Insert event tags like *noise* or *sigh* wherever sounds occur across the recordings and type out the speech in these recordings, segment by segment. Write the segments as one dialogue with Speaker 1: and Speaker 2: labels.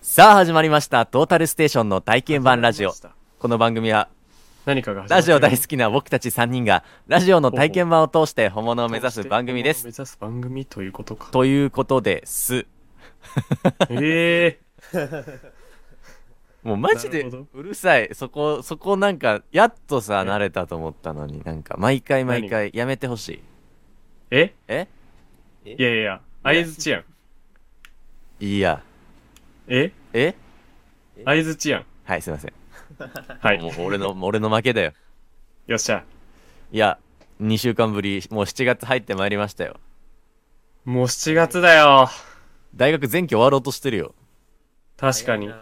Speaker 1: さあ始まりましたトータルステーションの体験版ラジオこの番組は
Speaker 2: 何かが始ま
Speaker 1: ラ
Speaker 2: って
Speaker 1: ジ
Speaker 2: る
Speaker 1: オ大好きな僕たち3人がラジオの体験版を通して本物を目指す番組で
Speaker 2: 目
Speaker 1: す
Speaker 2: 指す番組というこ
Speaker 1: *laughs*
Speaker 2: とか。
Speaker 1: ということです
Speaker 2: ええ
Speaker 1: もうマジで
Speaker 2: なるほど
Speaker 1: うるさいそこそこなんかやっとさ慣れたと思ったのになんか毎回毎回やめてほしい
Speaker 2: え
Speaker 1: え
Speaker 2: いやいやいや、相づちやん。
Speaker 1: いいや
Speaker 2: え
Speaker 1: え
Speaker 2: 相づちやん。
Speaker 1: はいすいません
Speaker 2: はい。
Speaker 1: もう俺の
Speaker 2: *laughs*
Speaker 1: もう俺の負けだよ
Speaker 2: よっしゃ。
Speaker 1: いや2週間ぶりもう7月入ってまいりましたよ
Speaker 2: もう7月だよ。
Speaker 1: 大学前期終わろうとしてるよ
Speaker 2: 確かに。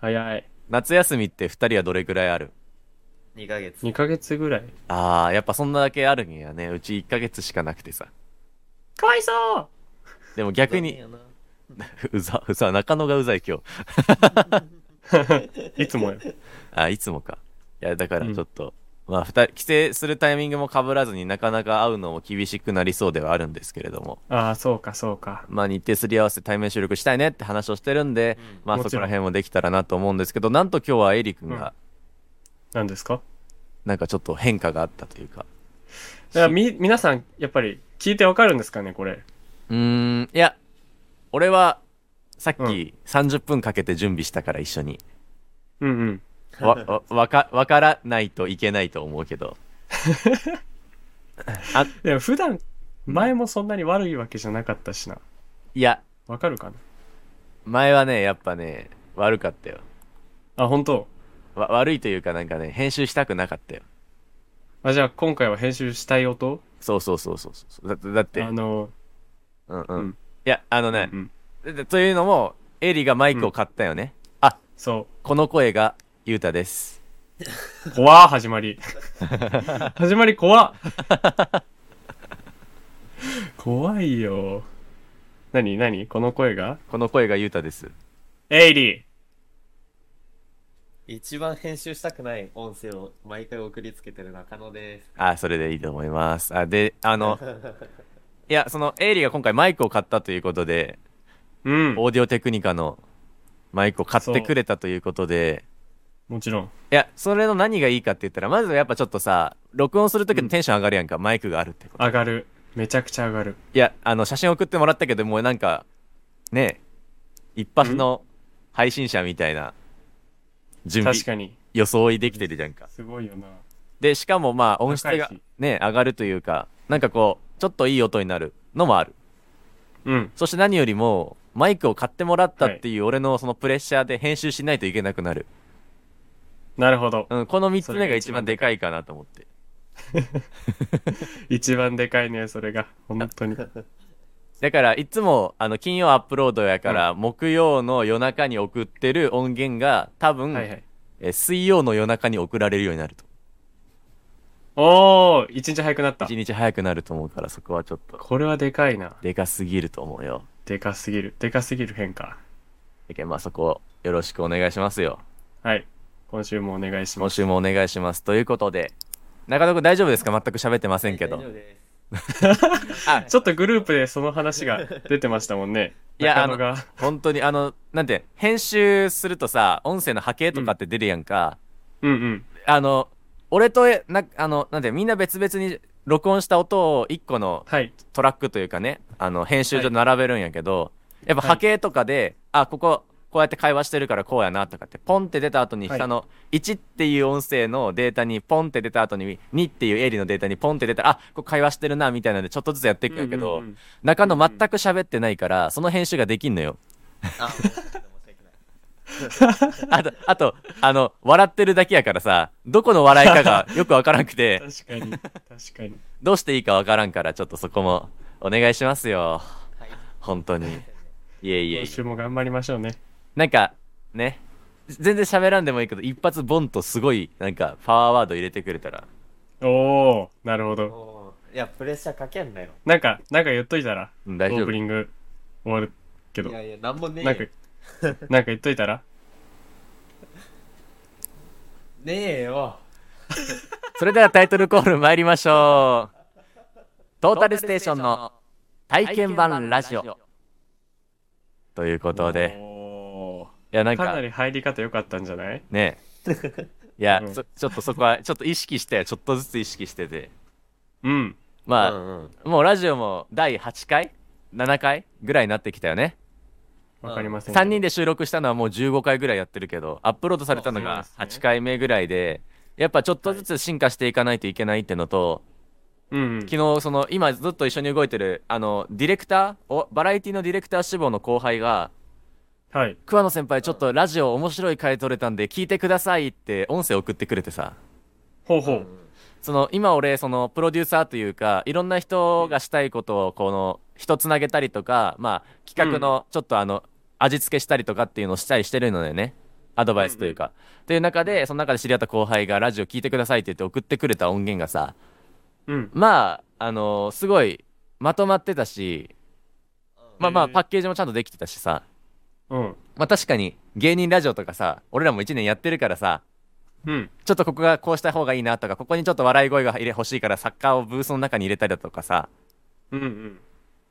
Speaker 2: 早い。
Speaker 1: 夏休みって2人はどれくらいある
Speaker 3: 2ヶ月
Speaker 2: 2ヶ月ぐらい。
Speaker 1: あー、やっぱそんなだけあるんやね。うち1ヶ月しかなくてさ。
Speaker 2: かわいそう
Speaker 1: でも逆に、うざ、 *laughs* うざ、中野がうざい今日。
Speaker 2: *laughs* いつもよ。
Speaker 1: あ、いつもか。いや、だから
Speaker 2: うん
Speaker 1: ちょっと、まあ、二人、帰省するタイミングも被らずになかなか会うのも厳しくなりそうではあるんですけれども、
Speaker 2: ああ、そうか、そうか。
Speaker 1: まあ、日程すり合わせて対面収録したいねって話をしてるんで、まあ、
Speaker 2: も
Speaker 1: そこ
Speaker 2: ちろん
Speaker 1: ら辺もできたらなと思うんですけど、なんと今日はエリ君が、
Speaker 2: 何ですか
Speaker 1: なんかちょっと変化があったというか。
Speaker 2: だからみ、皆さん、やっぱり、聞いてわかるんですかね、これ。
Speaker 1: うーん、いや、俺は、さっ
Speaker 2: うん
Speaker 1: き30分かけて準備したから一緒に。
Speaker 2: うんうん。
Speaker 1: わ、わ、わか、わからないといけないと思うけど。あ、
Speaker 2: でも、普段、前もそんなに悪いわけじゃなかったしな。
Speaker 1: いや、
Speaker 2: わかるかな
Speaker 1: 前はね、やっぱね、悪かったよ。
Speaker 2: あ、本当
Speaker 1: わ、悪いというかなんかね、編集したくなかったよ。
Speaker 2: あ、じゃあ、今回は編集したい音
Speaker 1: そうそうそうそうそう。だだって、
Speaker 2: あの、
Speaker 1: うんうん。
Speaker 2: うん
Speaker 1: いや、あの
Speaker 2: う
Speaker 1: ね、
Speaker 2: ん、
Speaker 1: でというのも、エリがマイクを買ったよね。あ、
Speaker 2: そ
Speaker 1: この声が、ゆうたです。
Speaker 2: う。怖っ始
Speaker 1: *laughs*
Speaker 2: まり。始まり怖っ怖いよ。なになにこの声が
Speaker 1: この声がゆうたです。
Speaker 2: エイリー
Speaker 3: 一番編集したくない音声を毎回送りつけてる中野です。
Speaker 1: あ、それでいいと思います。あ、で、あ
Speaker 2: *laughs*
Speaker 1: の、いや、その、エリが今回マイクを買ったということで、
Speaker 2: うん。
Speaker 1: オーディオテクニカのマイクを買ってくれたということで、
Speaker 2: もちろん。
Speaker 1: いや、それの何がいいかって言ったら、まずやっぱちょっとさ、録音するときのテンション上がるやんか、マイクがあるってこと。
Speaker 2: 上がる。めちゃくちゃ上がる。
Speaker 1: いや、あの、写真送ってもらったけど、もうなんか、ねえ、一発の配信者みたいな、準備
Speaker 2: 確、かに。
Speaker 1: 装いできてるじゃんか。
Speaker 2: すごいよな。
Speaker 1: で、しかもまあ、音質
Speaker 2: 高い
Speaker 1: が
Speaker 2: し
Speaker 1: ね、上がるというか、なんかこう、ちょっといい音になるのもある。
Speaker 2: うん。
Speaker 1: そして何よりも、マイクを買ってもらったっていう俺のそのプレッシャーで編集しないといけなくなる。
Speaker 2: なるほど。
Speaker 1: うん、この3つ目が一番でかいかなと思って。
Speaker 2: 一番でかいね、それが。本当に。
Speaker 1: だから、いつも、あの、金曜アップロードやから、木曜の夜中に送ってる音源が、多分、
Speaker 2: はいはい。
Speaker 1: えー水曜の夜中に送られるようになると。
Speaker 2: おー、一日早くなった
Speaker 1: 一。日早くなると思うから、そこはちょっと、
Speaker 2: これはでかいな。
Speaker 1: でかすぎると思うよ。
Speaker 2: でかすぎる。でかすぎる変化。
Speaker 1: だけどまあ、そこ、よろしくお願いしますよ。
Speaker 2: はい。今週もお願いしま
Speaker 1: 今
Speaker 2: す。
Speaker 1: 週もお願いします。ということで、中野くん大丈夫ですか全く喋ってませんけど
Speaker 3: 大丈。夫です
Speaker 1: あ、
Speaker 2: *laughs* ちょっとグループでその話が出てましたもんね。
Speaker 1: いや
Speaker 2: 中野が。
Speaker 1: 本当にあのなんて編集するとさ音声の波形とかって出るやんか、
Speaker 2: うんうん。
Speaker 1: あの俺とえなあのなんてみんな別々に録音した音を1個の
Speaker 2: はい。
Speaker 1: トラックというかねあの編集所に並べるんやけど、やっぱ波形とかで、あこここうやって会話してるからこうやなとかってポンって出た後に
Speaker 2: はい
Speaker 1: 下の1っていう音声のデータにポンって出た後に2っていうエリのデータにポンって出たらあここ会話してるなみたいなのでちょっとずつやっていくんやけど、
Speaker 2: うんうんうん
Speaker 1: 中野全く喋ってないからその編集ができんのよ。 *laughs*
Speaker 3: あ、申し訳ない申し訳ない。
Speaker 1: あと、あと、あの、笑ってるだけやからさ、どこの笑いか
Speaker 2: *laughs*
Speaker 1: がよくわからんくて、
Speaker 2: 確かに。確かに。
Speaker 1: どうして *laughs* いいかわからんから、ちょっとそこも、お願いしますよ。
Speaker 3: はい。
Speaker 1: 本当
Speaker 2: *laughs*
Speaker 1: に。いえいえ
Speaker 2: 今。週も頑張りましょうね。
Speaker 1: なんか、ね、全然喋らんでもいいけど、一発ボンとすごい、なんか、パワーワード入れてくれたら。
Speaker 2: おー、なるほど。
Speaker 3: もういや、プレッシャーかけんなよ。
Speaker 2: なんか、なんか言っといたら、
Speaker 1: うん、
Speaker 2: オ
Speaker 1: 大丈
Speaker 2: ー
Speaker 1: 夫
Speaker 2: プ。ニング終わるけど
Speaker 3: い。やいや、なんもね
Speaker 2: なん
Speaker 3: え
Speaker 2: か
Speaker 3: よ。、
Speaker 2: なんか言っと
Speaker 1: *laughs*
Speaker 2: いたら
Speaker 3: ねえよ。
Speaker 1: それではタイトルコール参りましょう。
Speaker 2: *laughs*
Speaker 1: トータルステーションの体験版ラジオ。ということで、
Speaker 2: お
Speaker 1: やなん
Speaker 2: かな
Speaker 1: か
Speaker 2: り入り方良かったんじゃない *laughs*
Speaker 1: ねいや、
Speaker 2: うん
Speaker 1: ちょちょっとそこはちょっと意識してちょっとずつ意識してて
Speaker 2: うん。
Speaker 1: まあ、
Speaker 3: うんうん
Speaker 1: もうラジオも第8回7回ぐらいになってきたよね
Speaker 2: わかりませんけど。
Speaker 1: 3人で収録したのはもう15回ぐらいやってるけどアップロードされたの
Speaker 2: あ
Speaker 1: が
Speaker 2: そうなんですね
Speaker 1: 8回目ぐらいでやっぱちょっとずつ進化していかないといけないってのと、
Speaker 2: うんうん。
Speaker 1: 昨日その今ずっと一緒に動いてるあのディレクターおバラエティのディレクター志望の後輩が
Speaker 2: はい。
Speaker 1: 桑野先輩ちょっとラジオ面白い回取れたんで聞いてくださいって音声送ってくれてさ
Speaker 2: ほうほ
Speaker 3: う。
Speaker 2: うん
Speaker 1: その今俺そのプロデューサーというかいろんな人がしたいことをこの人つなげたりとかまあ企画のちょっとあの味付けしたりとかっていうのをしたりしてるのでねアドバイスというかっていう中でその中で知り合った後輩がラジオ聞いてくださいって言って送ってくれた音源がさ
Speaker 2: うん。
Speaker 1: まああのすごいまとまってたしまあまあ
Speaker 2: へえ
Speaker 1: パッケージもちゃんとできてたしさ
Speaker 2: うん。
Speaker 1: まあ確かに芸人ラジオとかさ俺らも1年やってるからさ
Speaker 2: うん。
Speaker 1: ちょっとここがこうした方がいいなとかここにちょっと笑い声が入れ欲しいからサッカーをブースの中に入れたりだとかさ
Speaker 2: うんうん。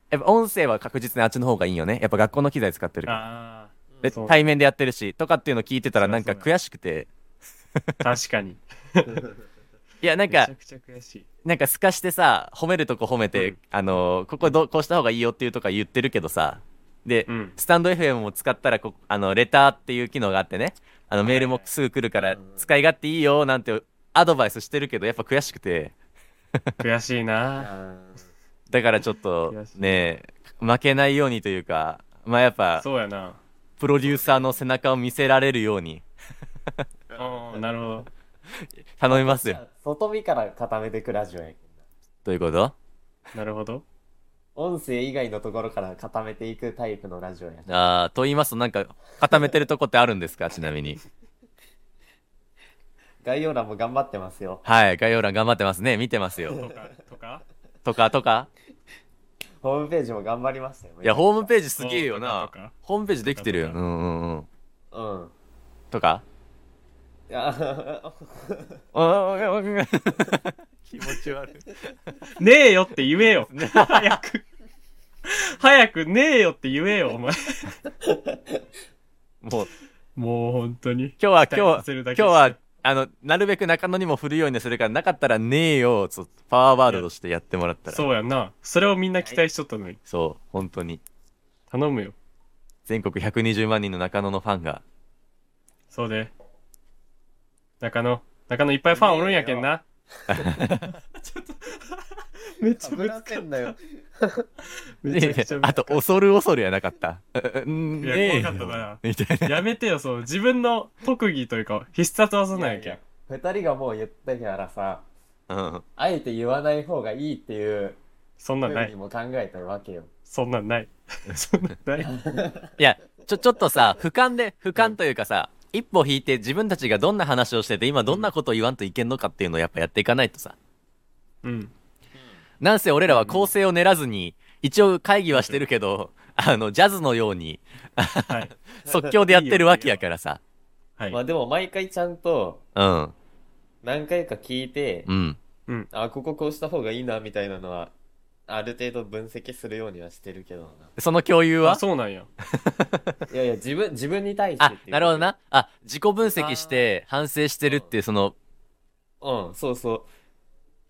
Speaker 1: やっぱ音声は確実にあっちの方がいいよねやっぱ学校の機材使ってるから
Speaker 2: あ
Speaker 1: で
Speaker 2: そう
Speaker 1: 対面でやってるしとかっていうの聞いてたらなんか
Speaker 2: そり
Speaker 1: 悔しくて
Speaker 2: あ。確かに。
Speaker 1: いやなん
Speaker 2: めちゃ
Speaker 1: か
Speaker 2: くちゃ悔しい。
Speaker 1: なんかすかしてさ褒めるとこ褒めて、
Speaker 2: うん
Speaker 1: あのーここどうこうした方がいいよっていうとか言ってるけどさで、
Speaker 2: うん。
Speaker 1: スタンド FM も使ったらこあのレターっていう機能があってねあのメールもすぐ来るから
Speaker 3: うん
Speaker 1: 使い勝手いいよなんてアドバイスしてるけどやっぱ悔しくて
Speaker 2: 悔しいな。
Speaker 1: だからちょっと
Speaker 2: 悔しい
Speaker 1: ね負けないようにというかまあやっぱ
Speaker 2: そうやな。
Speaker 1: プロデューサーの背中を見せられるように
Speaker 2: *laughs* うん。なるほど。
Speaker 1: 頼みますよ
Speaker 3: 外見から固めてくラジオやけんな
Speaker 1: どういうこと
Speaker 2: なるほど。
Speaker 3: 音声以外のところから固めていくタイプのラジオやな
Speaker 1: あーと言いますとなんか固めてるとこってあるんですかちなみに
Speaker 3: 概要欄も頑張ってますよ
Speaker 1: はい概要欄頑張ってますね見てます
Speaker 2: と
Speaker 1: よ
Speaker 2: か、とか。
Speaker 1: とかとか
Speaker 3: ホームページも頑張りましたよ
Speaker 2: *laughs*
Speaker 1: いやホームページすげえよ
Speaker 2: と
Speaker 1: な
Speaker 2: かとか
Speaker 1: ホームページできてるよ
Speaker 2: と
Speaker 1: う
Speaker 2: か
Speaker 1: んうんうん
Speaker 3: うん
Speaker 1: とか *laughs*
Speaker 3: いや *laughs*
Speaker 1: 気持ち悪い
Speaker 2: *laughs* *laughs* ねえよって言えよ。早く。早くねえよって言えよ、お前。
Speaker 1: もう
Speaker 2: もう本当に。
Speaker 1: 今日は
Speaker 2: 期待
Speaker 1: 今
Speaker 2: させる
Speaker 1: 日
Speaker 2: だ
Speaker 1: 今
Speaker 2: け
Speaker 1: 日はあのなるべく中野にも振るようにするからなかったらねえよちょっとパワーワードとしてやってもらったらそう
Speaker 2: そうやんな。それをみんな期待しとったのに。
Speaker 1: 本当に
Speaker 2: 頼むよ。
Speaker 1: 全国120万人の中野のファンが
Speaker 2: そうで。中野。中野いっぱいファンおるんやけん *laughs* な。ちょっと。めっちゃ
Speaker 3: ぶらせんなよ
Speaker 2: めちゃくちゃ
Speaker 1: あと *laughs* 恐る恐るやなかったうん
Speaker 2: いや
Speaker 1: ねえよ
Speaker 2: 怖かったな
Speaker 1: みたいな
Speaker 2: やめてよ、そう。自分の特技というか、必殺技なんやけん。
Speaker 3: 2人がもう言ったからさ
Speaker 1: うん
Speaker 3: あえて言わない方がいいっていう
Speaker 2: そん
Speaker 3: ふ
Speaker 2: なんな
Speaker 3: うに
Speaker 2: い。
Speaker 3: も考えたわけよ
Speaker 2: そんなん *laughs* ない。そんなんない。
Speaker 1: いやちょちょっとさ俯瞰で俯瞰というかさ一歩引いて自分たちがどんな話をしてて今どんなことを言わんといけんのかっていうのをやっぱやっていかないとさ
Speaker 2: うん。
Speaker 1: なんせ俺らは構成を練らずに、一応会議はしてるけど、あの、ジャズのように
Speaker 2: はい。
Speaker 1: *laughs* 即興でやってるわけやからさ。
Speaker 2: はい
Speaker 3: ま。あでも毎回ちゃんと
Speaker 1: うん。
Speaker 3: 何回か聞いて、
Speaker 1: うん。
Speaker 2: うん。
Speaker 3: あこここうした方がいいなみたいなのはある程度分析するようにはしてるけど
Speaker 1: その共有
Speaker 2: あ、
Speaker 1: は
Speaker 2: そうなんや。
Speaker 3: ないやいや自分自分に対してっ
Speaker 1: あ
Speaker 3: ていうこ、と
Speaker 1: なるほどな。あ、自己分析して反省してるっていう、その、
Speaker 3: うんそうそう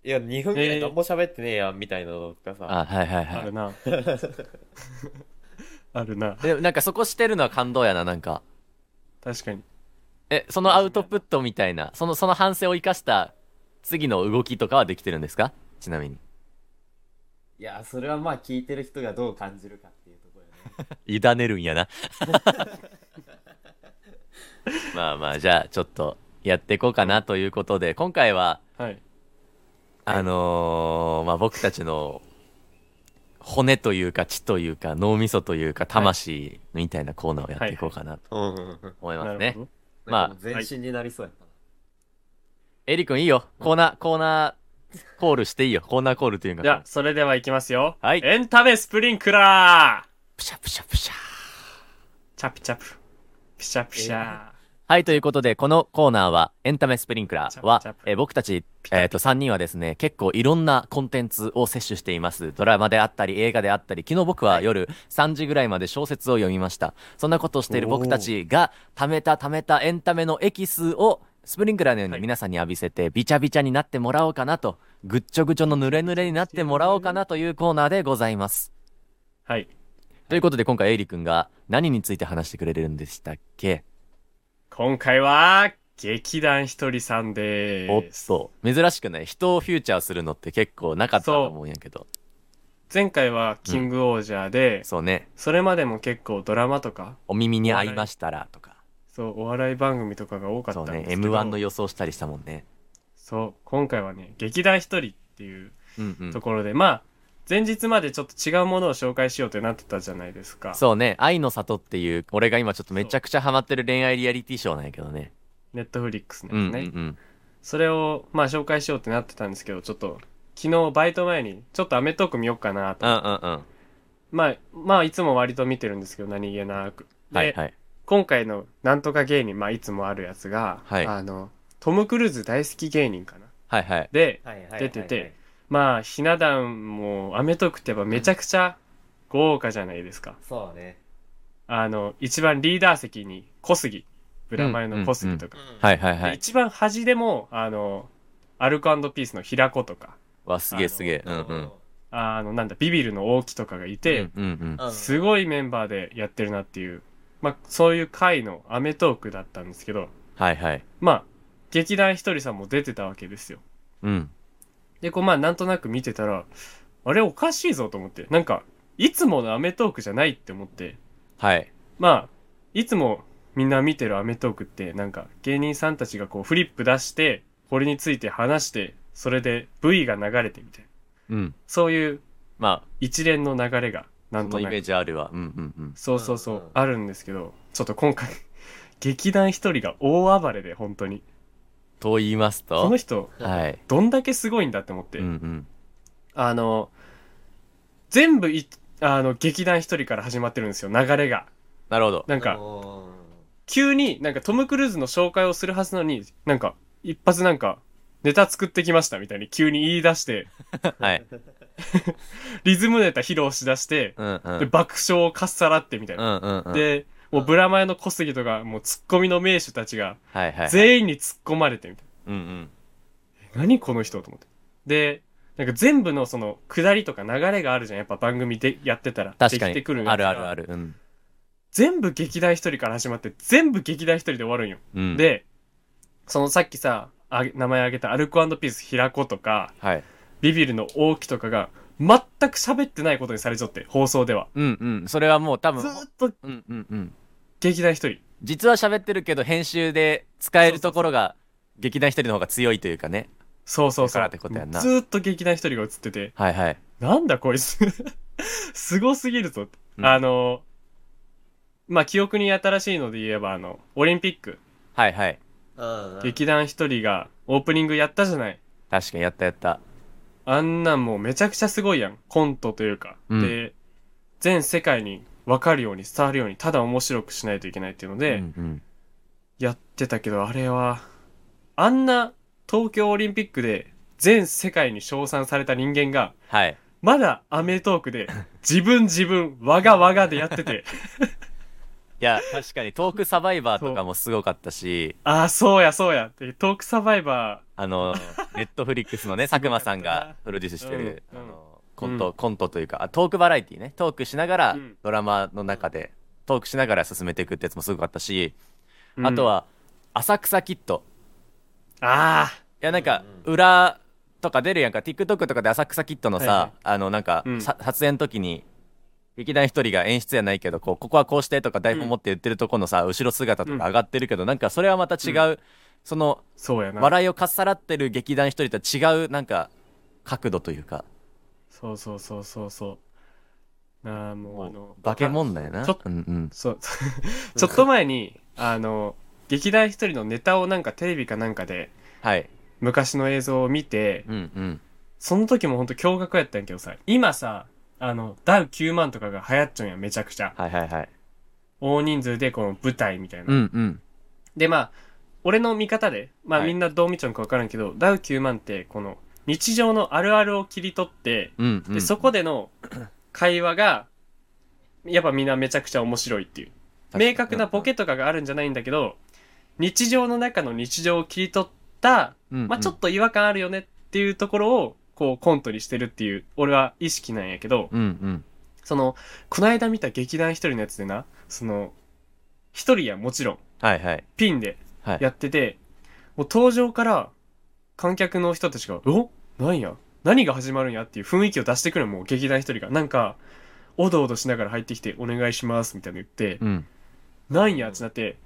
Speaker 3: いや2分ぐ
Speaker 2: え
Speaker 3: らい
Speaker 2: ー
Speaker 3: 何も喋ってねえやんみたいなのとかさ、
Speaker 1: あ、はいはい
Speaker 2: あ
Speaker 1: は *laughs*
Speaker 2: るな。あるな。
Speaker 1: い。で、なんかそこしてるのは感動やな、なんか。
Speaker 2: 確かに。
Speaker 1: え、そのアウトプットみたいな、その、その反省を生かした次の動きとかはできてるんですかちなみに。
Speaker 3: いやそれはまあ聞いてる人がどう感じるかっていうところよね
Speaker 1: 委ねるんや
Speaker 2: *laughs*
Speaker 1: な。まあまあ、じゃあ、ちょっと、やっていこうかなということで、今回は、
Speaker 2: はい。
Speaker 1: あのーまあ、僕たちの骨というか血というか脳みそというか魂みたいなコーナーをやっていこうかなと
Speaker 3: うんうんうん
Speaker 1: 思いま
Speaker 2: な
Speaker 1: す
Speaker 2: る
Speaker 1: ね。
Speaker 2: ほど。
Speaker 1: まあ
Speaker 3: なんかもう全身になりそうやったな
Speaker 1: エリ君いいよ。コーナー、コーナーコールしていいよ。コーナーコールという
Speaker 2: じゃあ
Speaker 1: か、。
Speaker 2: それではいきますよ。
Speaker 1: はい
Speaker 2: エンタメスプリンクラー
Speaker 1: プシャプシャプシャ。
Speaker 2: チャプチャプ。ピシャピシャ。
Speaker 1: はい、ということで、このコーナーは、エンタメスプリンクラーは
Speaker 2: チャプチャ、プ
Speaker 1: えー僕たち、えっ、と、3人はですね、結構いろんなコンテンツを摂取しています。ドラマであったり、映画であったり、昨日僕は夜3時ぐらいまで小説を読みました。そんなことをしている僕たちが、貯めた貯めたエンタメのエキスを、スプリンクラーのように皆さんに浴びせて、びちゃびちゃになってもらおうかなと、ぐっちょぐちょのぬれぬれになってもらおうかなというコーナーでございます。
Speaker 2: はい。
Speaker 1: ということで、今回、エイリ君が何について話してくれるんでしたっけ
Speaker 2: 今回は、劇団ひとりさんで
Speaker 1: おっ
Speaker 2: す。
Speaker 1: と珍しくね人をフューチャーするのって結構なかったと思うんやけど
Speaker 2: 前回はキングオージャーで、
Speaker 1: そうね
Speaker 2: それまでも結構ドラマとか、
Speaker 1: お耳に合いましたらとか
Speaker 2: そう、お笑い番組とかが多かった
Speaker 1: そ
Speaker 2: ん
Speaker 1: う
Speaker 2: です
Speaker 1: ね
Speaker 2: けど。
Speaker 1: m 1の予想したりしたもんね
Speaker 2: そう、今回はね、劇団ひとりっていう
Speaker 1: うんう
Speaker 2: と
Speaker 1: ん
Speaker 2: ころで、まあ、前日までちょっと違うものを紹介しようってなってたじゃないですか。
Speaker 1: そうね「愛の里」っていう俺が今ちょっとめちゃくちゃハマってる恋愛リアリティショーなんやけどね
Speaker 2: ネットフリックスのやつ
Speaker 1: う
Speaker 2: ね。
Speaker 1: んうんうん
Speaker 2: それを、まあ、紹介しようってなってたんですけど、ちょっと、昨日バイト前に、ちょっとアメトーク見ようかなと。
Speaker 1: うんうんうん
Speaker 2: まあ、まあ、いつも割と見てるんですけど、何気なく。で、
Speaker 1: はいはい
Speaker 2: 今回のなんとか芸人、まあ、いつもあるやつが、
Speaker 1: はい
Speaker 2: あの、トム・クルーズ大好き芸人かな。
Speaker 1: はいはい
Speaker 2: で、
Speaker 3: はいはいはいはい
Speaker 2: 出ててまあ、ひな壇も、アメトークってやっぱめちゃくちゃ豪華じゃないですか。
Speaker 3: そうね
Speaker 2: あの、一番リーダー席に小杉、ブラマヨの小杉とか。
Speaker 1: はいはいは
Speaker 2: で
Speaker 1: い
Speaker 2: 一番端でも、あの、アルコピースの平子とか、
Speaker 1: わすげえすげえうんうん
Speaker 2: あの、なんだ、ビビルの大木とかがいて、
Speaker 1: うんうん
Speaker 3: うん
Speaker 2: すごいメンバーでやってるなっていう、まあ、そういう回のアメトークだったんですけど、
Speaker 1: はいはい
Speaker 2: まあ、劇団ひとりさんも出てたわけですよ。
Speaker 1: うん
Speaker 2: で、こう、まあ、なんとなく見てたら、あれおかしいぞと思って、なんか、いつものアメトークじゃないって思って、
Speaker 1: はい
Speaker 2: まあ、いつもみんな見てるアメトークって、なんか芸人さんたちがこうフリップ出して、これについて話して、それで V が流れてみたいな。
Speaker 1: うん
Speaker 2: そういう
Speaker 1: ま
Speaker 2: 一連の流れが、
Speaker 1: あ
Speaker 2: な
Speaker 1: そ
Speaker 2: んと
Speaker 1: のイ
Speaker 2: な
Speaker 1: メー
Speaker 2: く。
Speaker 1: ジあるわうんうんうん
Speaker 2: そうそうそう、
Speaker 3: うんうん
Speaker 2: あるんですけど、ちょっと今回、劇団一人が大暴れで、本当に。
Speaker 1: と言います
Speaker 2: ことの人、
Speaker 1: はい
Speaker 2: どんだけすごいんだって思って。
Speaker 1: うんうん
Speaker 2: あの、全部い、あの、劇団一人から始まってるんですよ、流れが。
Speaker 1: なるほど
Speaker 2: なんか、
Speaker 3: うん
Speaker 2: 急になんかトム・クルーズの紹介をするはずなのに、なんか一発なんかネタ作ってきましたみたいに急に言い出して、
Speaker 1: はい
Speaker 2: リズムネタ披露しだして、
Speaker 1: うんうん
Speaker 2: で爆笑をかっさらってみたいな。
Speaker 1: うんうんうん、
Speaker 2: で、もうブラマヨの小杉とか、もうツッコミの名手たちが
Speaker 1: はいはい、はい。
Speaker 2: 全員に突っ込まれてみたい
Speaker 1: うんうん。
Speaker 2: な。何この人と思って。で、なんか全部のその下りとか流れがあるじゃん。やっぱ番組でやってたら。
Speaker 1: 確か
Speaker 2: できてくる
Speaker 1: に。
Speaker 2: やつが
Speaker 1: あるあるあ。る。うん。
Speaker 2: 全部劇団一人から始まって、全部劇団一人で終わるんよ。
Speaker 1: うん、、
Speaker 2: で、そのさっきさ、あげ名前挙げたアルコピース平子とか、
Speaker 1: はい。
Speaker 2: ビビルの大木とかが、全く喋ってないことにされちゃって、放送では。
Speaker 1: うんうん。それはもう多分
Speaker 2: ず、ーっと
Speaker 1: うんうんうん。
Speaker 2: 劇団一人。
Speaker 1: 実は喋ってるけど、編集で使えるところが、劇団一人の方が強いというかね。
Speaker 2: そうそうそ
Speaker 1: だからっ
Speaker 2: う。
Speaker 1: てことやんな
Speaker 2: ずーっと劇団一人が映ってて、
Speaker 1: はいはい。
Speaker 2: なんだこいつ。 *laughs* すごすぎるぞ。
Speaker 1: うん
Speaker 2: あの、まあ、記憶に新しいので言えば、あの、オリンピック、
Speaker 1: はいはい。
Speaker 3: うんうん
Speaker 2: 劇団一人がオープニングやったじゃない。
Speaker 1: 確かにやったやった。
Speaker 2: あんなんもうめちゃくちゃすごいやん。コントというか。
Speaker 1: うん
Speaker 2: で、全世界に分かるように伝わるように、ただ面白くしないといけないっていうの
Speaker 1: う
Speaker 2: で、
Speaker 1: んうん、
Speaker 2: やってたけど、あれは、あんな東京オリンピックで全世界に称賛された人間が、
Speaker 1: はい。
Speaker 2: まだアメトークで、自分自分、わがわがでやってて、
Speaker 1: *laughs* いや、確かに、トークサバイバーとかもすごかったし、
Speaker 2: ああ、そうやそうやって、トークサバイバ
Speaker 1: あ
Speaker 2: *laughs*
Speaker 1: の、ネットフリックスのね、佐久間さんがプロデュースしてる、
Speaker 2: うんうん
Speaker 1: あのコント、コントというか、あトークバラエティね。トークしながら、
Speaker 2: うん
Speaker 1: ドラマの中で、トークしながら進めていくってやつもすごかったし、
Speaker 2: ー。
Speaker 1: あと
Speaker 2: うん、
Speaker 1: は、浅草キット。
Speaker 2: ああ、
Speaker 1: いや、なんか、
Speaker 3: うん
Speaker 1: 裏とか出るやんか、TikTok とかで浅草キットのさ、
Speaker 2: はいはい
Speaker 1: あの、なんか、
Speaker 2: うん
Speaker 1: さ撮影の時に、劇団一人が演出やないけど、こう、ここはこうしてとか台本持って言ってるとこのさ、後ろ姿とか上がってるけど、なんかそれはまた違う、その、
Speaker 2: そうやな。
Speaker 1: 笑いをかっさらってる劇団一人とは違う、なんか、角度というか、
Speaker 2: そうそうそうそうそう。ああ、もうあの、
Speaker 1: 化け物だよな。
Speaker 2: ちょっ
Speaker 1: うんうん。
Speaker 2: そう、ちょっと前に、あの、劇団一人のネタをなんかテレビかなんかで、
Speaker 1: はい。
Speaker 2: 昔の映像を見て、
Speaker 1: うんうん。
Speaker 2: その時もほんと驚愕やったんやけどさ、今さ、あの、ダウ9万とかが流行っちゃうんや、めちゃくちゃ。
Speaker 1: はいはいはい。
Speaker 2: 大人数でこの舞台みたいな。
Speaker 1: うんうん。
Speaker 2: でまあ俺の見方でまあ
Speaker 1: はい
Speaker 2: みんなどう見ちゃうのか分からんけど、ダウ9万ってこの日常のあるあるを切り取って
Speaker 1: うん、うん。
Speaker 2: でそこでの会話がやっぱみんなめちゃくちゃ面白いっていう
Speaker 1: 確かに
Speaker 2: 明確なボケとかがあるんじゃないんだけど日常の中の日常を切り取った、
Speaker 1: うんうん
Speaker 2: まあ、ちょっと違和感あるよねっていうところをこうコントにしてるっていう俺は意識なんやけど
Speaker 1: うんうん。
Speaker 2: そのこの間見た劇団一人のやつでなその一人やもちろん
Speaker 1: はいはい。
Speaker 2: ピンで
Speaker 1: はい。
Speaker 2: やってて、もう登場から観客の人たちが、おなんや何が始まるんやっていう雰囲気を出してくるのもう劇団一人が。なんか、おどおどしながら入ってきて、お願いしますみたいなの言って、
Speaker 1: うん。
Speaker 2: なんやってなって、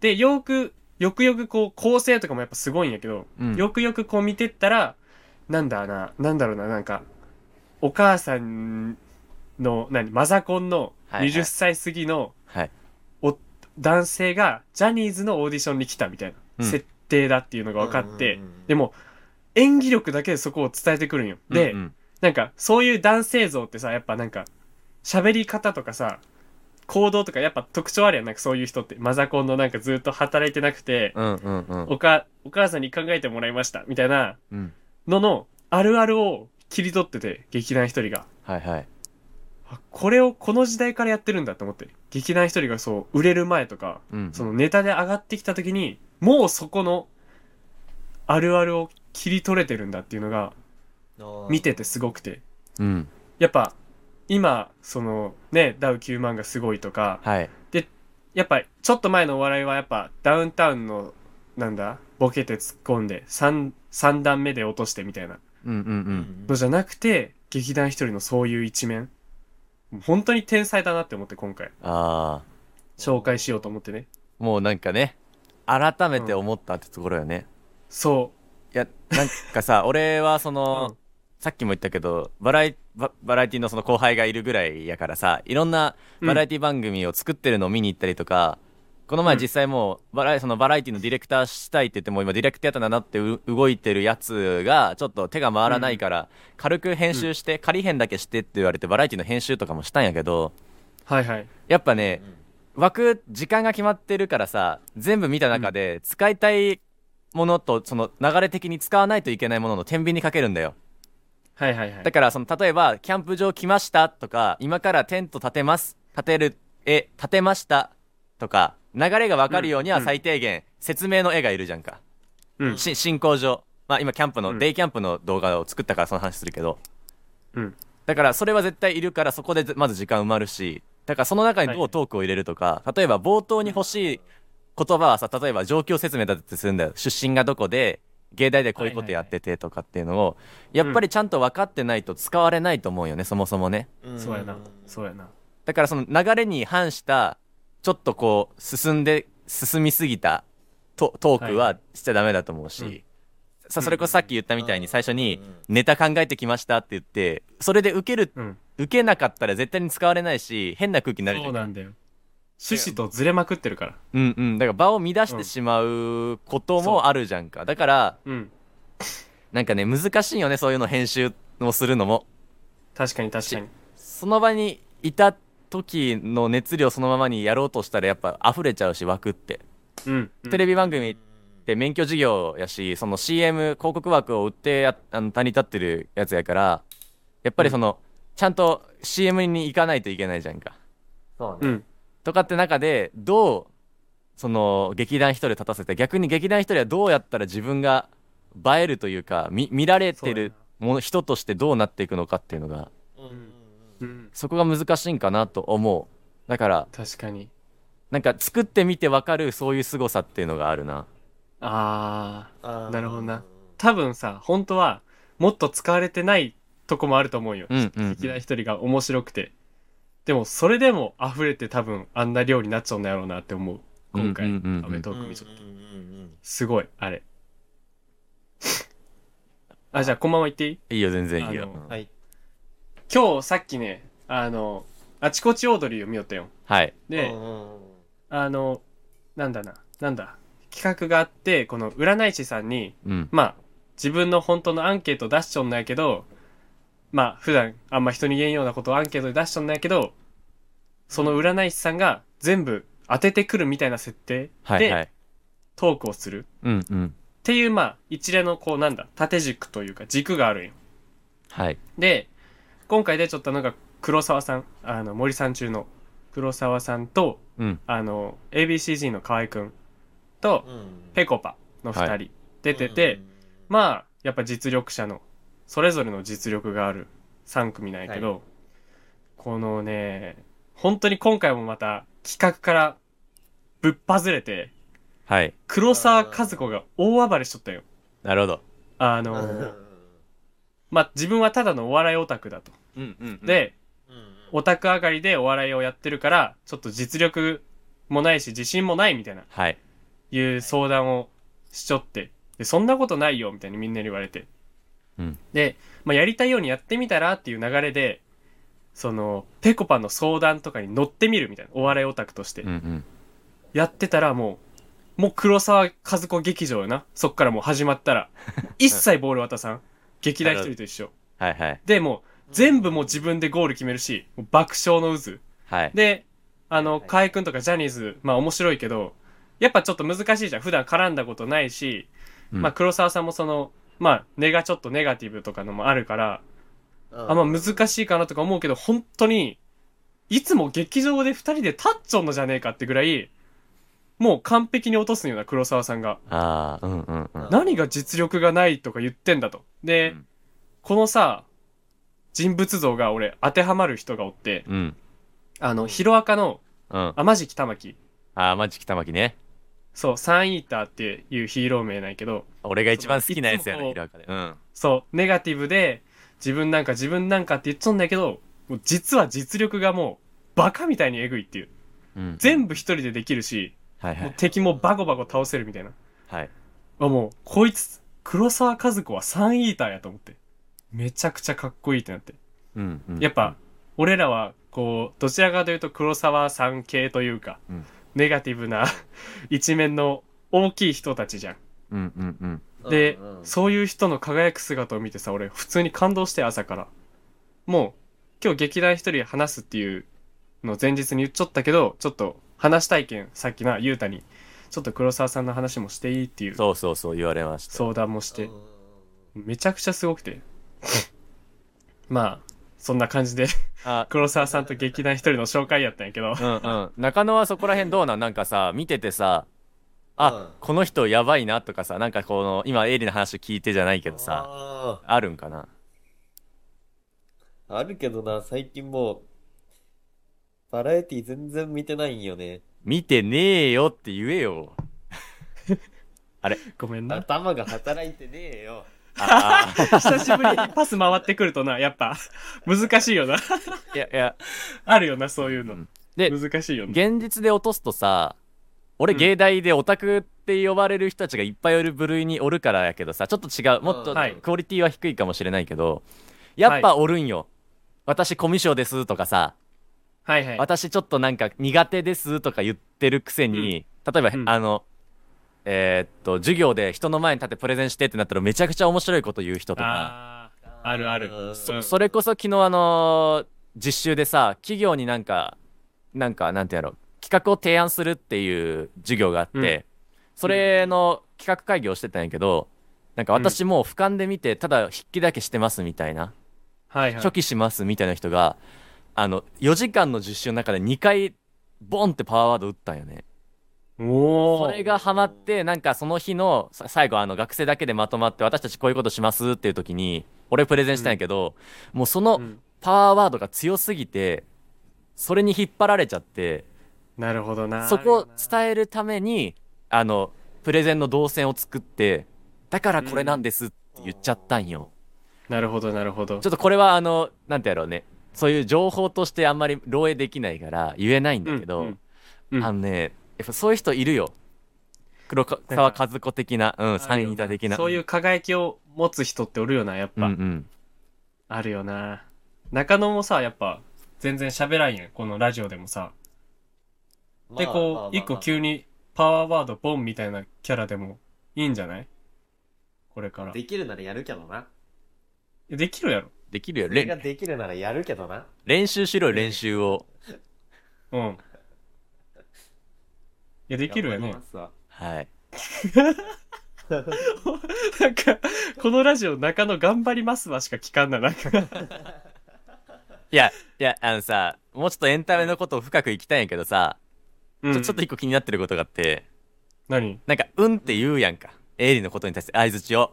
Speaker 2: で、よく、よくよくこう構成とかもやっぱすごいんやけど、
Speaker 1: うん
Speaker 2: よくよくこう見てったら、なんだな、なんだろうな、なんか、お母さんの、何、マザコンの
Speaker 1: はいはい
Speaker 2: 20歳過ぎの、
Speaker 1: はい。
Speaker 2: 男性がジャニーズのオーディションに来たみたいな
Speaker 1: うん
Speaker 2: 設定だっていうのが分かって、
Speaker 3: うんうんうん
Speaker 2: でも演技力だけでそこを伝えてくるんよ。で、
Speaker 1: うんうん
Speaker 2: なんかそういう男性像ってさやっぱなんか喋り方とかさ行動とかやっぱ特徴あるやんなんかそういう人ってマザコンのなんかずっと働いてなくて、
Speaker 1: うんうんうん
Speaker 2: おかお母さんに考えてもらいましたみたいな
Speaker 1: うん。
Speaker 2: ののあるあるを切り取ってて劇団一人が。
Speaker 1: はいはい。
Speaker 2: あこれをこの時代からやってるんだと思って劇団一人がそう売れる前とか
Speaker 1: うん。
Speaker 2: そのネタで上がってきた時にもうそこのあるあるを切り取れてるんだっていうのが見ててすごくて
Speaker 1: うん。
Speaker 2: やっぱ今そのねダウ9万がすごいとか
Speaker 1: はい。
Speaker 2: やっぱちょっと前のお笑いはやっぱダウンタウンのなんだボケて突っ込んで 3, 三段目で落としてみたいな
Speaker 1: うんうん
Speaker 3: う
Speaker 1: うん。
Speaker 3: ん
Speaker 2: のじゃなくて劇団一人のそういう一面本当に天才だなって思って今回
Speaker 1: ああ。
Speaker 2: 紹介しようと思ってね
Speaker 1: もうなんかね、改めて思ったってところよね。
Speaker 2: そ、
Speaker 1: いや、なんかさ、俺はそうの、さっきも言ったけどバラエババラエティのその後輩がいるぐらいやからさいろんなバラエティ番組を作ってるのを見に行ったりとか、この前
Speaker 2: うん
Speaker 1: 実際もうバラエそのバラエティのディレクターしたいって言っても今ディレクターやったんだなってう動いてるやつがちょっと手が回らないから軽く編集して仮編だけしてって言われてバラエティの編集とかもしたんやけど
Speaker 2: はいはい
Speaker 1: やっぱね枠時間が決まってるからさ全部見た中で使いたいものとその流れ的に使わないといけないものの天秤にかけるんだよ。
Speaker 2: はいはいはい
Speaker 1: だからその例えばキャンプ場来ましたとか今からテント建てます建てる絵建てましたとか流れが分かるように
Speaker 2: う
Speaker 1: は
Speaker 2: ん
Speaker 1: 最低限説明の絵がいるじゃんか、
Speaker 2: うん
Speaker 1: し進行上まあ今キャンプの、
Speaker 2: うん
Speaker 1: デイキャンプの動画を作ったからその話するけど
Speaker 2: うん
Speaker 1: だからそれは絶対いるからそこでまず時間埋まるしだからその中にどうトークを入れるとか、例えば冒頭に欲しい言葉はさ例えば状況説明だってするんだよ出身がどこで芸大でこういうことやっててとかっていうのをやっぱりちゃんと分かってないと使われないと思うよね、そもそもね
Speaker 3: ん
Speaker 2: そうやなそうやな
Speaker 1: だからその流れに反したちょっとこう進んで進みすぎたトトークはしちゃダメだと思うし、
Speaker 2: うん
Speaker 1: さそれこそさっき言ったみたいに最初に
Speaker 3: うん
Speaker 1: ネタ考えてきましたって言ってそれで受ける
Speaker 2: うん
Speaker 1: 受けなかったら絶対に使われないし変な空気になるじ
Speaker 2: そ
Speaker 1: ゃ
Speaker 2: うんなんだよ趣旨とずれまくってるから
Speaker 1: うんうんだから場を乱してしまうこともあるじゃんか、だから
Speaker 2: うん
Speaker 1: なんかね難しいよねそういうの編集をするのも
Speaker 2: 確かに確かに
Speaker 1: その場にいた時の熱量そのままにやろうとしたらやっぱ溢れちゃうし枠って
Speaker 2: うん
Speaker 1: テレビ番組って免許事業やしその CM 広告枠を売ってやあの他に立ってるやつやからやっぱりその、ちゃんと CM に行かないといけないじゃんか
Speaker 3: そ
Speaker 2: う
Speaker 3: うね
Speaker 2: ん
Speaker 1: とかって中でどうその劇団一人立たせて逆に劇団一人はどうやったら自分が映えるというか見見られてるもの人としてどうなっていくのかっていうのが
Speaker 3: うんうんうん
Speaker 2: うん
Speaker 1: そこが難しいんかなと思うだから
Speaker 2: 確かに
Speaker 1: なんか作ってみてわかるそういう凄さっていうのがあるな
Speaker 2: あー
Speaker 3: あー
Speaker 2: なるほどな多分さ本当はもっと使われてないとこもあると思うよ
Speaker 1: うんうん、
Speaker 2: 劇団一人が面白くてでもそれでも溢れて多分あんな量になっちゃうんだろうなって思う今回
Speaker 1: うんうんうんうん
Speaker 2: アメトーク見ちゃってすごい
Speaker 1: *laughs*
Speaker 2: あれあじゃあこんばんは言っていい
Speaker 1: いいよ全然いいよ
Speaker 2: あの
Speaker 1: うん
Speaker 3: は
Speaker 1: はい、
Speaker 3: い
Speaker 2: 今日さっきねあのあちこちオードリーを見よったよで、
Speaker 3: うんうんうん
Speaker 2: あの、なんだな、なんだ、企画があって、この占い師さんに、
Speaker 1: うん
Speaker 2: まあ、自分の本当のアンケート出しちょんないけど、まあ、普段あんま人に言えんようなことをアンケートで出しちょんないけど、その占い師さんが全部当ててくるみたいな設定で、
Speaker 1: はいはい
Speaker 2: トークをする
Speaker 1: うんうん
Speaker 2: っていう、まあ、一連のこう、なんだ、縦軸というか軸があるんよ。
Speaker 1: はい
Speaker 2: で、今回でちょっとなんか黒沢さん、あの、森さん中の黒沢さんと、
Speaker 1: うん
Speaker 2: あの、ABCG の河合くんと、
Speaker 3: うん
Speaker 2: ペコパの二
Speaker 1: は
Speaker 2: 人出てて、、まあ、やっぱ実力者の、それぞれの実力がある3組なんやけど、このね、本当に今回もまた企画からぶっぱずれて、
Speaker 1: はい
Speaker 2: 黒沢和子が大暴れしとったよ。
Speaker 1: なるほど
Speaker 2: あ
Speaker 3: うんうん
Speaker 2: の、まあ、自分はただのお笑いオタクだと。
Speaker 1: うんうんうん
Speaker 2: で、
Speaker 3: うん
Speaker 2: オタク上がりでお笑いをやってるから、ちょっと実力もないし、自信もないみたいな、
Speaker 1: はい
Speaker 2: いう相談をしちょって、で、そんなことないよ、みたいにみんなに言われて。
Speaker 1: うん
Speaker 2: で、まあ、やりたいようにやってみたらっていう流れで、その、ペコパの相談とかに乗ってみるみたいな、お笑いオタクとして
Speaker 1: うん。うん
Speaker 2: やってたらもう、もう黒沢和子劇場よな。そっからもう始まっ
Speaker 1: *laughs*
Speaker 2: たら、一切ボール渡さん。劇団一人と一緒。
Speaker 1: はいはい
Speaker 2: で、もう、全部もう自分でゴール決めるし、もう爆笑の渦。
Speaker 1: はい
Speaker 2: で、あの、
Speaker 3: はい
Speaker 2: 河合くんとかジャニーズ、まあ面白いけど、やっぱちょっと難しいじゃん。普段絡んだことないし、
Speaker 1: うん
Speaker 2: まあ黒沢さんもその、まあ根がちょっとネガティブとかのもあるから、
Speaker 3: うん
Speaker 2: あんま難しいかなとか思うけど、本当に、いつも劇場で二人で立っちゃうのじゃねえかってぐらい、もう完璧に落とすような黒沢さんが、
Speaker 1: ああうんうんうん
Speaker 2: 何が実力がないとか言ってんだと。で、
Speaker 1: うん
Speaker 2: このさ、人物像が俺当てはまる人がおって、
Speaker 1: うん
Speaker 2: あの、ヒロアカの
Speaker 1: うん
Speaker 2: 天敷玉木。
Speaker 1: ああマジ北巻ね
Speaker 2: そう、サンイーターっていうヒーロー名なんやけど、
Speaker 1: 俺が一番好きなやつや
Speaker 2: そ
Speaker 1: ね
Speaker 2: の
Speaker 1: 平岡でうん
Speaker 2: そう、ネガティブで、自分なんか自分なんかって言っとんだけど、もう実は実力がもう、バカみたいにエグいっていう。
Speaker 1: うん
Speaker 2: 全部一人でできるし、
Speaker 1: はいは
Speaker 2: もう
Speaker 1: い
Speaker 2: 敵もバコバコ倒せるみたいな。
Speaker 1: はい
Speaker 2: あ、もう、こいつ、黒沢和子はサンイーターやと思って。めちゃくちゃかっこいいってなって。
Speaker 1: うんうん
Speaker 2: やっぱ、俺らは、こう、どちらかというと黒沢さん系というか、
Speaker 1: うん
Speaker 2: ネガティブな *laughs* 一面の大きい人たちじゃん。
Speaker 1: うんうんうん
Speaker 2: で、
Speaker 3: うんうん
Speaker 2: そういう人の輝く姿を見てさ、俺普通に感動して朝から。もう、今日劇団一人話すっていうのを前日に言っちゃったけど、ちょっと話したいけん、さっきな、ゆうたに、ちょっと黒沢さんの話もしていいっていう
Speaker 1: そうそうそう言われました
Speaker 2: 相談もして
Speaker 3: うん、
Speaker 2: めちゃくちゃすごくて。 *laughs* まあ、そんな感じで、 *laughs*
Speaker 1: あ
Speaker 2: 黒沢さんと劇団一人の紹介やったんやけど、
Speaker 1: うんうん中野はそこら辺どうなんなんかさ見ててさあ、
Speaker 3: うん
Speaker 1: この人やばいなとかさなんかこの今エイリの話聞いてじゃないけどさ
Speaker 3: あ
Speaker 1: あるんかな
Speaker 3: ーあるけどな最近もうバラエティ全然見てないんよね
Speaker 1: 見てねえよって言えよ
Speaker 2: ごめん
Speaker 3: *laughs*
Speaker 2: な。
Speaker 3: 頭が働いてねえよ
Speaker 1: ああ
Speaker 2: 久しぶりにパス回ってくるとな、やっぱ、難しいよな。
Speaker 1: いやいや
Speaker 2: あるよな、そういうの。
Speaker 1: で
Speaker 2: 難しいよな。
Speaker 1: 現実で落とすとさ俺
Speaker 2: うん
Speaker 1: 芸大でオタクって呼ばれる人たちがいっぱいいる部類におるからやけどさちょっと違うもっと
Speaker 3: うん
Speaker 2: はい
Speaker 1: クオリティは低いかもしれないけどやっぱおるんよ、私コミュ障ですとかさ
Speaker 2: はいはい。
Speaker 1: 私ちょっとなんか苦手ですとか言ってるくせに、例えば、
Speaker 2: うん
Speaker 1: あのえーっと授業で人の前に立ってプレゼンしてってなったらめちゃくちゃ面白いこと言う人とか
Speaker 2: あーあるある
Speaker 3: うん
Speaker 2: そ
Speaker 1: それこそ昨日あのー実習でさ企業になんかなんかなんてやろう企画を提案するっていう授業があって、
Speaker 2: うん
Speaker 1: それの企画会議をしてたんやけどなんか私もう俯瞰で見てただ筆記だけしてますみたいな
Speaker 2: はいはい
Speaker 1: 初期しますみたいな人があの4時間の実習の中で2回ボンってパワーワード打ったんよね
Speaker 2: お
Speaker 1: それがハマってなんかその日のさ最後あの学生だけでまとまって私たちこういうことしますっていう時に俺プレゼンしたんやけど、もうその
Speaker 2: うん
Speaker 1: パワーワードが強すぎてそれに引っ張られちゃって
Speaker 2: なるほどな
Speaker 1: そこを
Speaker 2: え
Speaker 1: 伝えるためにあのプレゼンの動線を作ってだからこれなんですって言っちゃったんよ、
Speaker 2: なるほどなるほど
Speaker 1: ちょっとこれはあの、なんてやろうね。そういう情報としてあんまり漏洩できないから言えないんだけど、
Speaker 2: うんうんうん
Speaker 1: あのね、やっぱそういう人いるよ。黒沢和子的な、うん、サイン板的な。
Speaker 2: そういう輝きを持つ人っておるよなやっ
Speaker 1: うん
Speaker 2: ぱ、
Speaker 1: うん。
Speaker 2: あるよな中野もさやっぱ全然喋らんやんこのラジオでもさで
Speaker 3: まあまあまあま
Speaker 2: こ
Speaker 3: あ
Speaker 2: う一個急にパワーワードボンみたいなキャラでもいいんじゃないこれから
Speaker 3: できるならやるけどな
Speaker 2: できるやろ
Speaker 1: できるよ。
Speaker 3: それが
Speaker 1: れ
Speaker 3: できるならやるけどな
Speaker 1: 練習しろよ、練習を。
Speaker 2: うんいやできるよ
Speaker 3: 頑
Speaker 2: ね
Speaker 3: 張りますわ
Speaker 1: はい。
Speaker 2: なんか、このラジオ中野頑張りますわしか聞かんな、なんか。
Speaker 1: いや、いや、あのさ、もうちょっとエンタメのことを深くいきたいんやけどさ、
Speaker 2: うん
Speaker 1: ちょちょっと一個気になってることがあって、
Speaker 2: 何
Speaker 1: なんか、うんって言うやんか。エイリのことに対して相づちを。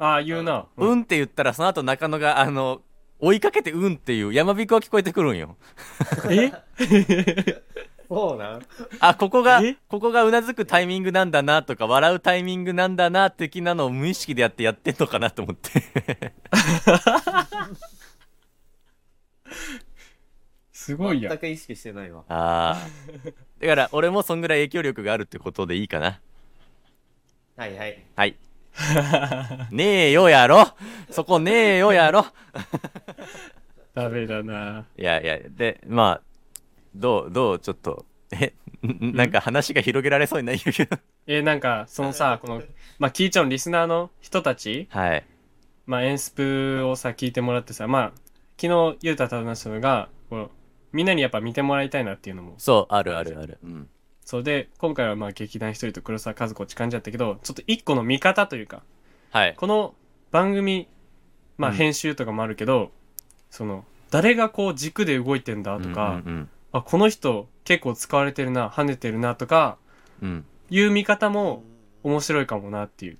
Speaker 2: ああ、言うな。
Speaker 1: うん、って言ったら、その後中野が、あの、追いかけてうんっていう山彦が聞こえてくるんよ。
Speaker 2: え
Speaker 3: そうなん
Speaker 1: あ、ここが
Speaker 2: え、
Speaker 1: ここがうなずくタイミングなんだなとか、笑うタイミングなんだな、的なのを無意識でやってやってんのかなと思
Speaker 2: *laughs*
Speaker 1: って。
Speaker 2: すごいや
Speaker 3: 全。く意識してないわ。
Speaker 1: ああ。だから、俺もそんぐらい影響力があるってことでいいかな。
Speaker 3: はいはい。
Speaker 1: はい。ねえよやろそこねえよやろ
Speaker 2: ダメだな。
Speaker 1: いやいや、で、まあ、どう、どう、ちょっと、え、 *laughs* んんなんか話が広げられそうにないんやけど。
Speaker 2: えーなんか、そのさ、この、まあ、キーちゃんのリスナーの人たち、
Speaker 1: はい。
Speaker 2: まあ、エンスプをさ、聞いてもらってさ、まあ、昨日、ゆうたただしのが、こう、みんなにやっぱ見てもらいたいなっていうのも、
Speaker 1: そう、あるあるある。うん。
Speaker 2: そうで、今回はまあ、劇団一人と黒沢和子って感じだったけど、ちょっと一個の見方というか、
Speaker 1: はい。
Speaker 2: この番組、まあ、
Speaker 1: うん
Speaker 2: 編集とかもあるけど、その、誰がこう軸で動いてんだとか、
Speaker 1: うんうん
Speaker 2: あ、この人結構使われてるな、跳ねてるなとか、
Speaker 1: うん、うん。
Speaker 2: いう見方も面白いかもなっていう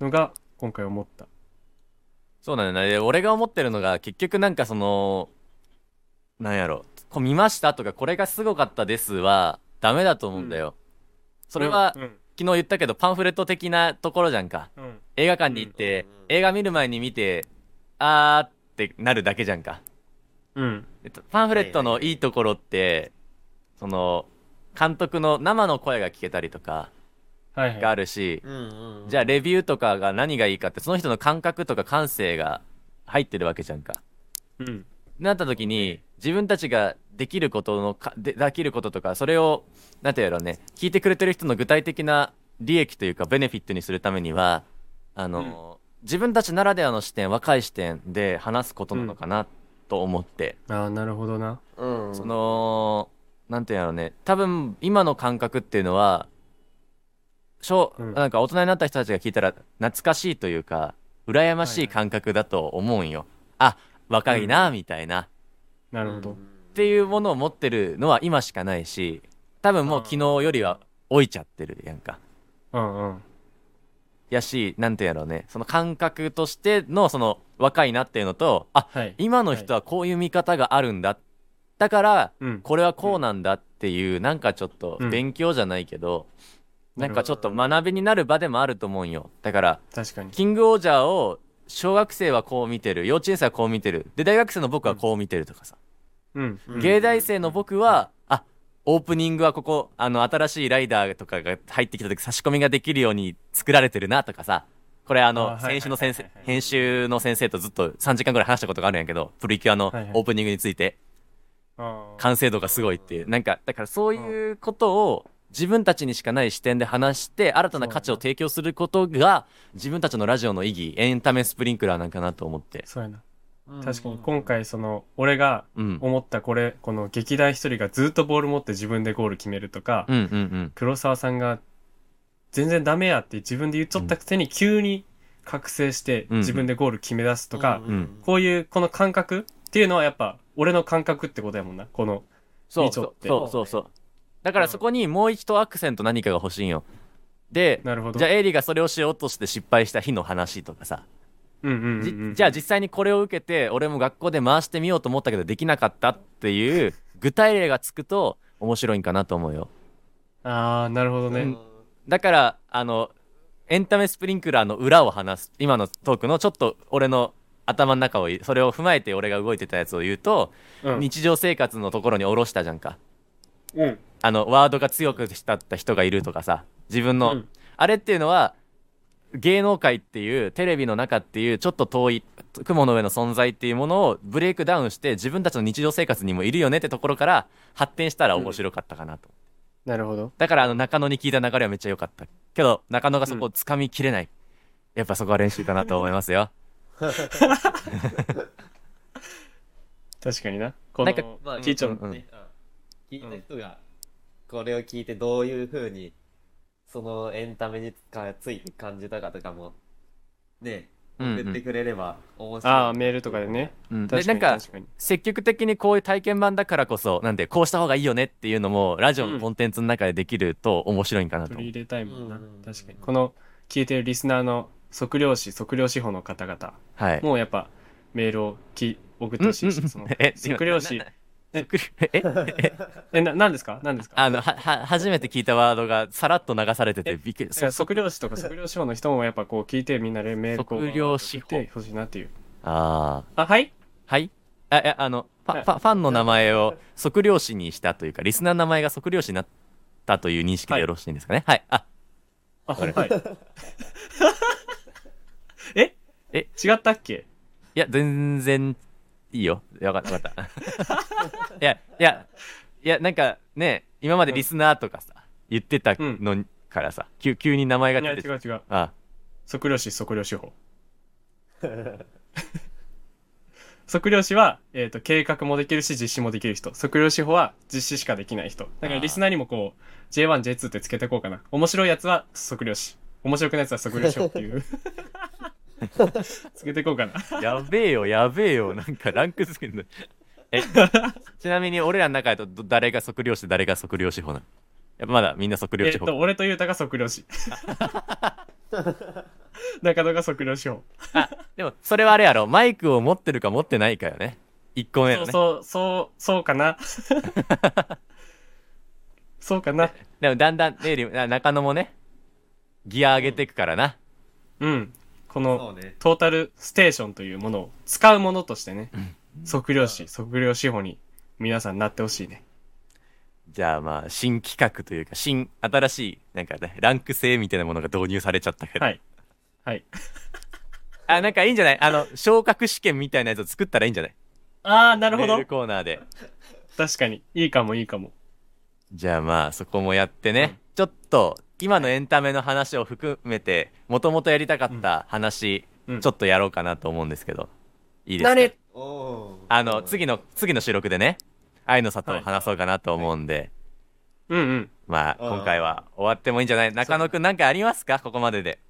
Speaker 2: のが今回思った。
Speaker 1: そうなんだよね。で俺が思ってるのが、結局なんかその、なんやろ、こう見ましたとか、これがすごかったですは、ダメだと思うんだよ。それは、
Speaker 2: うん、うん
Speaker 1: 昨日言ったけど、パンフレット的なところじゃんか。
Speaker 2: うん
Speaker 1: 映画館に行って、
Speaker 3: うん
Speaker 1: 映画見る前に見て、あーってなるだけじゃんか。
Speaker 2: うん。
Speaker 1: えっとパンフレットのいいところって、その、監督の生の声が聞けたりとか
Speaker 2: はい
Speaker 1: が
Speaker 2: は
Speaker 1: あ
Speaker 2: い。
Speaker 1: るし、
Speaker 3: うんうん。
Speaker 1: じゃあレビューとかが何がいいかって、その人の感覚とか感性が入ってるわけじゃんか。
Speaker 2: うん。
Speaker 1: なった時に自分たちができることのかでできることとかそれをなんていうのね聞いてくれてる人の具体的な利益というかベネフィットにするためにはあの、自分たちならではの視点若い視点で話すことなのかなと思って、
Speaker 2: ああ、なるほどな。
Speaker 3: うん。
Speaker 1: そ、のなんていうのね多分今の感覚っていうのは小、
Speaker 2: うん
Speaker 1: なんか大人になった人たちが聞いたら懐かしいというか羨ましい感覚だと思うんよ、あ若いなみたいな。
Speaker 2: な
Speaker 3: な
Speaker 2: るほど。。
Speaker 1: っていうものを持ってるのは今しかないし多分もう昨日よりは老いちゃってるやんか
Speaker 2: うんうん。
Speaker 1: やしなんていうんやろうねその感覚としてのその若いなっていうのとあ
Speaker 2: はい。
Speaker 1: 今の人はこういう見方があるんだだから
Speaker 2: うん。
Speaker 1: これはこうなんだっていうなんかちょっと
Speaker 2: うん
Speaker 1: 勉強じゃないけど、な
Speaker 2: なる
Speaker 1: ん
Speaker 2: ほど
Speaker 1: かちょっと学びになる場でもあると思うんよだから
Speaker 2: 確かに。
Speaker 1: キングオージャーを小学生はこう見てる幼稚園生はこう見てるで大学生の僕はこう見てるとかさ
Speaker 2: うん。
Speaker 3: うん
Speaker 1: 芸大生の僕は、あオープニングはここあの新しいライダーとかが入ってきた時差し込みができるように作られてるなとかさこれあの
Speaker 2: あはい
Speaker 1: 先週の先生
Speaker 2: はいはいはい
Speaker 1: 編集の先生とずっと3時間ぐらい話したことがあるんやけどプリキュアのオ
Speaker 2: はいはい
Speaker 1: ープニングについて
Speaker 2: ああ。
Speaker 1: 完成度がすごいっていうなんかだからそういうことを自分たちにしかない視点で話して新たな価値を提供することが自分たちのラジオの意義エンタメスプリンクラーなんかなと思って
Speaker 2: そうやな。
Speaker 3: うん
Speaker 2: 確かに今。回その、俺が
Speaker 1: うん
Speaker 2: 思ったこれ、この劇団一人がずっとボール持って自分でゴール決めるとか、
Speaker 1: うんうんうん
Speaker 2: 黒沢さんが全然ダメやって自分で言っちゃったくせに急に覚醒して
Speaker 1: うん
Speaker 2: 自分でゴール決め出すとか、
Speaker 3: うんうん
Speaker 2: こういうこの感覚っていうのはやっぱ俺の感覚ってことやもんな。この、
Speaker 1: そう
Speaker 2: みちょ
Speaker 1: そ
Speaker 2: って
Speaker 1: うそうそうそうだからそこにもう一度アクセント何かが欲しいんよで
Speaker 2: なるほど。
Speaker 1: じゃあエイリーがそれをしようとして失敗した日の話とかさ、
Speaker 2: うんうんうん
Speaker 1: じ
Speaker 2: うん、
Speaker 1: じゃあ実際にこれを受けて俺も学校で回してみようと思ったけどできなかったっていう具体例がつくと面白いんかなと思うよ
Speaker 2: ああ、なるほどね。
Speaker 3: うん
Speaker 1: だからあのエンタメスプリンクラーの裏を話す今のトークのちょっと俺の頭の中をそれを踏まえて俺が動いてたやつを言うと、
Speaker 2: うん
Speaker 1: 日常生活のところに下ろしたじゃんか
Speaker 2: うん。
Speaker 1: あのワードが強くしたった人がいるとかさ自分の、
Speaker 2: うん
Speaker 1: あれっていうのは芸能界っていうテレビの中っていうちょっと遠い雲の上の存在っていうものをブレイクダウンして自分たちの日常生活にもいるよねってところから発展したら面白かったかなと、
Speaker 2: なるほど。
Speaker 1: だからあの中野に聞いた流れはめっちゃ良かったけど中野がそこをつかみきれない、やっぱそこは練習かなと思いますよ
Speaker 2: 確かにな。こ
Speaker 1: なんか
Speaker 2: の、
Speaker 3: まあ、
Speaker 2: キーちゃん
Speaker 1: うん
Speaker 3: ね。うん聞いた人が、これを聞いてどういうふうにそのエンタメにかついて感じたかとかも、ね、
Speaker 1: うんうん
Speaker 3: 送ってくれれば面白い。
Speaker 2: ああ、メールとかでね。
Speaker 1: うん、で
Speaker 2: 確か
Speaker 1: なん
Speaker 2: に
Speaker 1: か
Speaker 2: 確かに。
Speaker 1: 積極的にこういう体験版だからこそなんでこうした方がいいよねっていうのもラジオのコンテンツの中でできると面白いんかなと
Speaker 2: 取り入れたいもんな
Speaker 3: うんうんうん。
Speaker 2: 確かに。この聞いてるリスナーの測量士、測量士法の方々、
Speaker 1: はい
Speaker 2: もうやっぱメールをき送ってほし
Speaker 1: う
Speaker 2: い
Speaker 1: んうんう
Speaker 2: し、
Speaker 1: ん
Speaker 2: その
Speaker 1: *laughs* え
Speaker 2: 測量士、
Speaker 1: え *laughs* え
Speaker 2: え、な、何ですか何ですか
Speaker 1: あのはは初めて聞いたワードがさらっと流されててびっくり
Speaker 2: だから測量士とか測量士法の人もやっぱこう聞いてみんなでメールこう
Speaker 1: 測量士法
Speaker 2: 送ってほしいなっていう。
Speaker 1: ああ
Speaker 2: あ、はい
Speaker 1: はいあいやあのファファファンの名前を測量士にしたというかリスナーの名前が測量士になったという認識でよろしいんですかねはい、あ
Speaker 2: あ、はい
Speaker 1: れ。
Speaker 2: *laughs* え
Speaker 1: え
Speaker 2: 違ったっけ
Speaker 1: いや全然いいよわかった
Speaker 2: *laughs*
Speaker 1: わかったいやいやいやなんかね今までリスナーとかさ言ってたのからさ、急急に名前が
Speaker 2: いや、
Speaker 1: 出
Speaker 2: 違
Speaker 1: て
Speaker 2: う違う。
Speaker 1: あ
Speaker 2: 測量士、測量手法。測量士は、えっ、と、計画もできるし、実施もできる人。測量士法は、実施しかできない人。だから、リスナーにもこう、J1、J2 ってつけてこうかな。面白いやつは、測量士。面白くないやつは、測量士法って
Speaker 3: *laughs*
Speaker 2: いう。つけてこうかな。
Speaker 1: やべえよ、やべえよ、なんかランク付けんだ。
Speaker 2: *laughs*
Speaker 1: え、ちなみに俺らの中だとど誰が測量士で誰が測量士法なのやっぱまだみんな測
Speaker 2: え
Speaker 1: 量
Speaker 2: っ、
Speaker 1: 士法。
Speaker 2: と、俺とゆうたが測量士。中野が測量士法。
Speaker 1: でもそれはあれやろ、マイクを持ってるか持ってないかよね。一個目の
Speaker 2: そ
Speaker 1: ね。
Speaker 2: うそう、そう、そう
Speaker 1: *laughs*
Speaker 2: かな。そうかな。
Speaker 1: でもだんだん、ね、な中野もね、ギア上げていくからな。
Speaker 2: うん。こ
Speaker 3: そ
Speaker 2: の、
Speaker 3: うね。
Speaker 2: トータルステーションというものを使うものとしてね、測量士、測量士法に皆さんなってほしいね。
Speaker 1: じゃあまあ、新企画というか、新、新しい、なんかね、ランク制みたいなものが導入されちゃったけど。
Speaker 2: はい。はい。
Speaker 1: あ、なんかいいんじゃないあの、昇格試験みたいなやつを作ったらいいんじゃない
Speaker 2: ああ、なるほ
Speaker 1: メー
Speaker 2: ど
Speaker 1: ル。コーナーで。
Speaker 2: 確かに。いいかも、いいかも。
Speaker 1: じゃあまあそこもやってね、ちょっと今のエンタメの話を含めてもともとやりたかった話、
Speaker 2: うん
Speaker 1: ちょっとやろうかなと思うんですけどいいですか
Speaker 2: 何
Speaker 3: おー
Speaker 1: あの次の次の収録でね愛の里を話そうかなと思うんで、
Speaker 2: うんうん。
Speaker 1: まあ
Speaker 3: うん
Speaker 1: 今回は終わってもいいんじゃない中野くんなんかありますかここまでで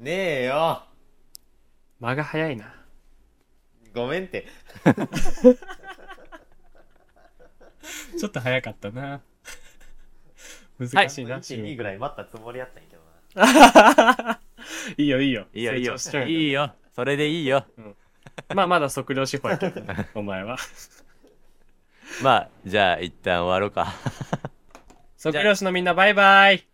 Speaker 3: ねえよ。
Speaker 2: 間が早いな。
Speaker 3: ごめんって。
Speaker 2: ちょっと早かったな。 *laughs*
Speaker 1: は
Speaker 2: 難
Speaker 1: い
Speaker 2: しいな、収録
Speaker 3: 1.2ぐらい待ったつもりやったんやけどな。
Speaker 2: いいよ、いいよ。
Speaker 1: いいよいいよ
Speaker 2: 成長しちゃう
Speaker 1: いいよそれでいいよ
Speaker 2: まあ、まだ測量士法やけ
Speaker 1: *laughs*
Speaker 2: どね、お前は。
Speaker 1: まあじゃあ一旦終わろうか
Speaker 2: 測量士のみんな、バイバイ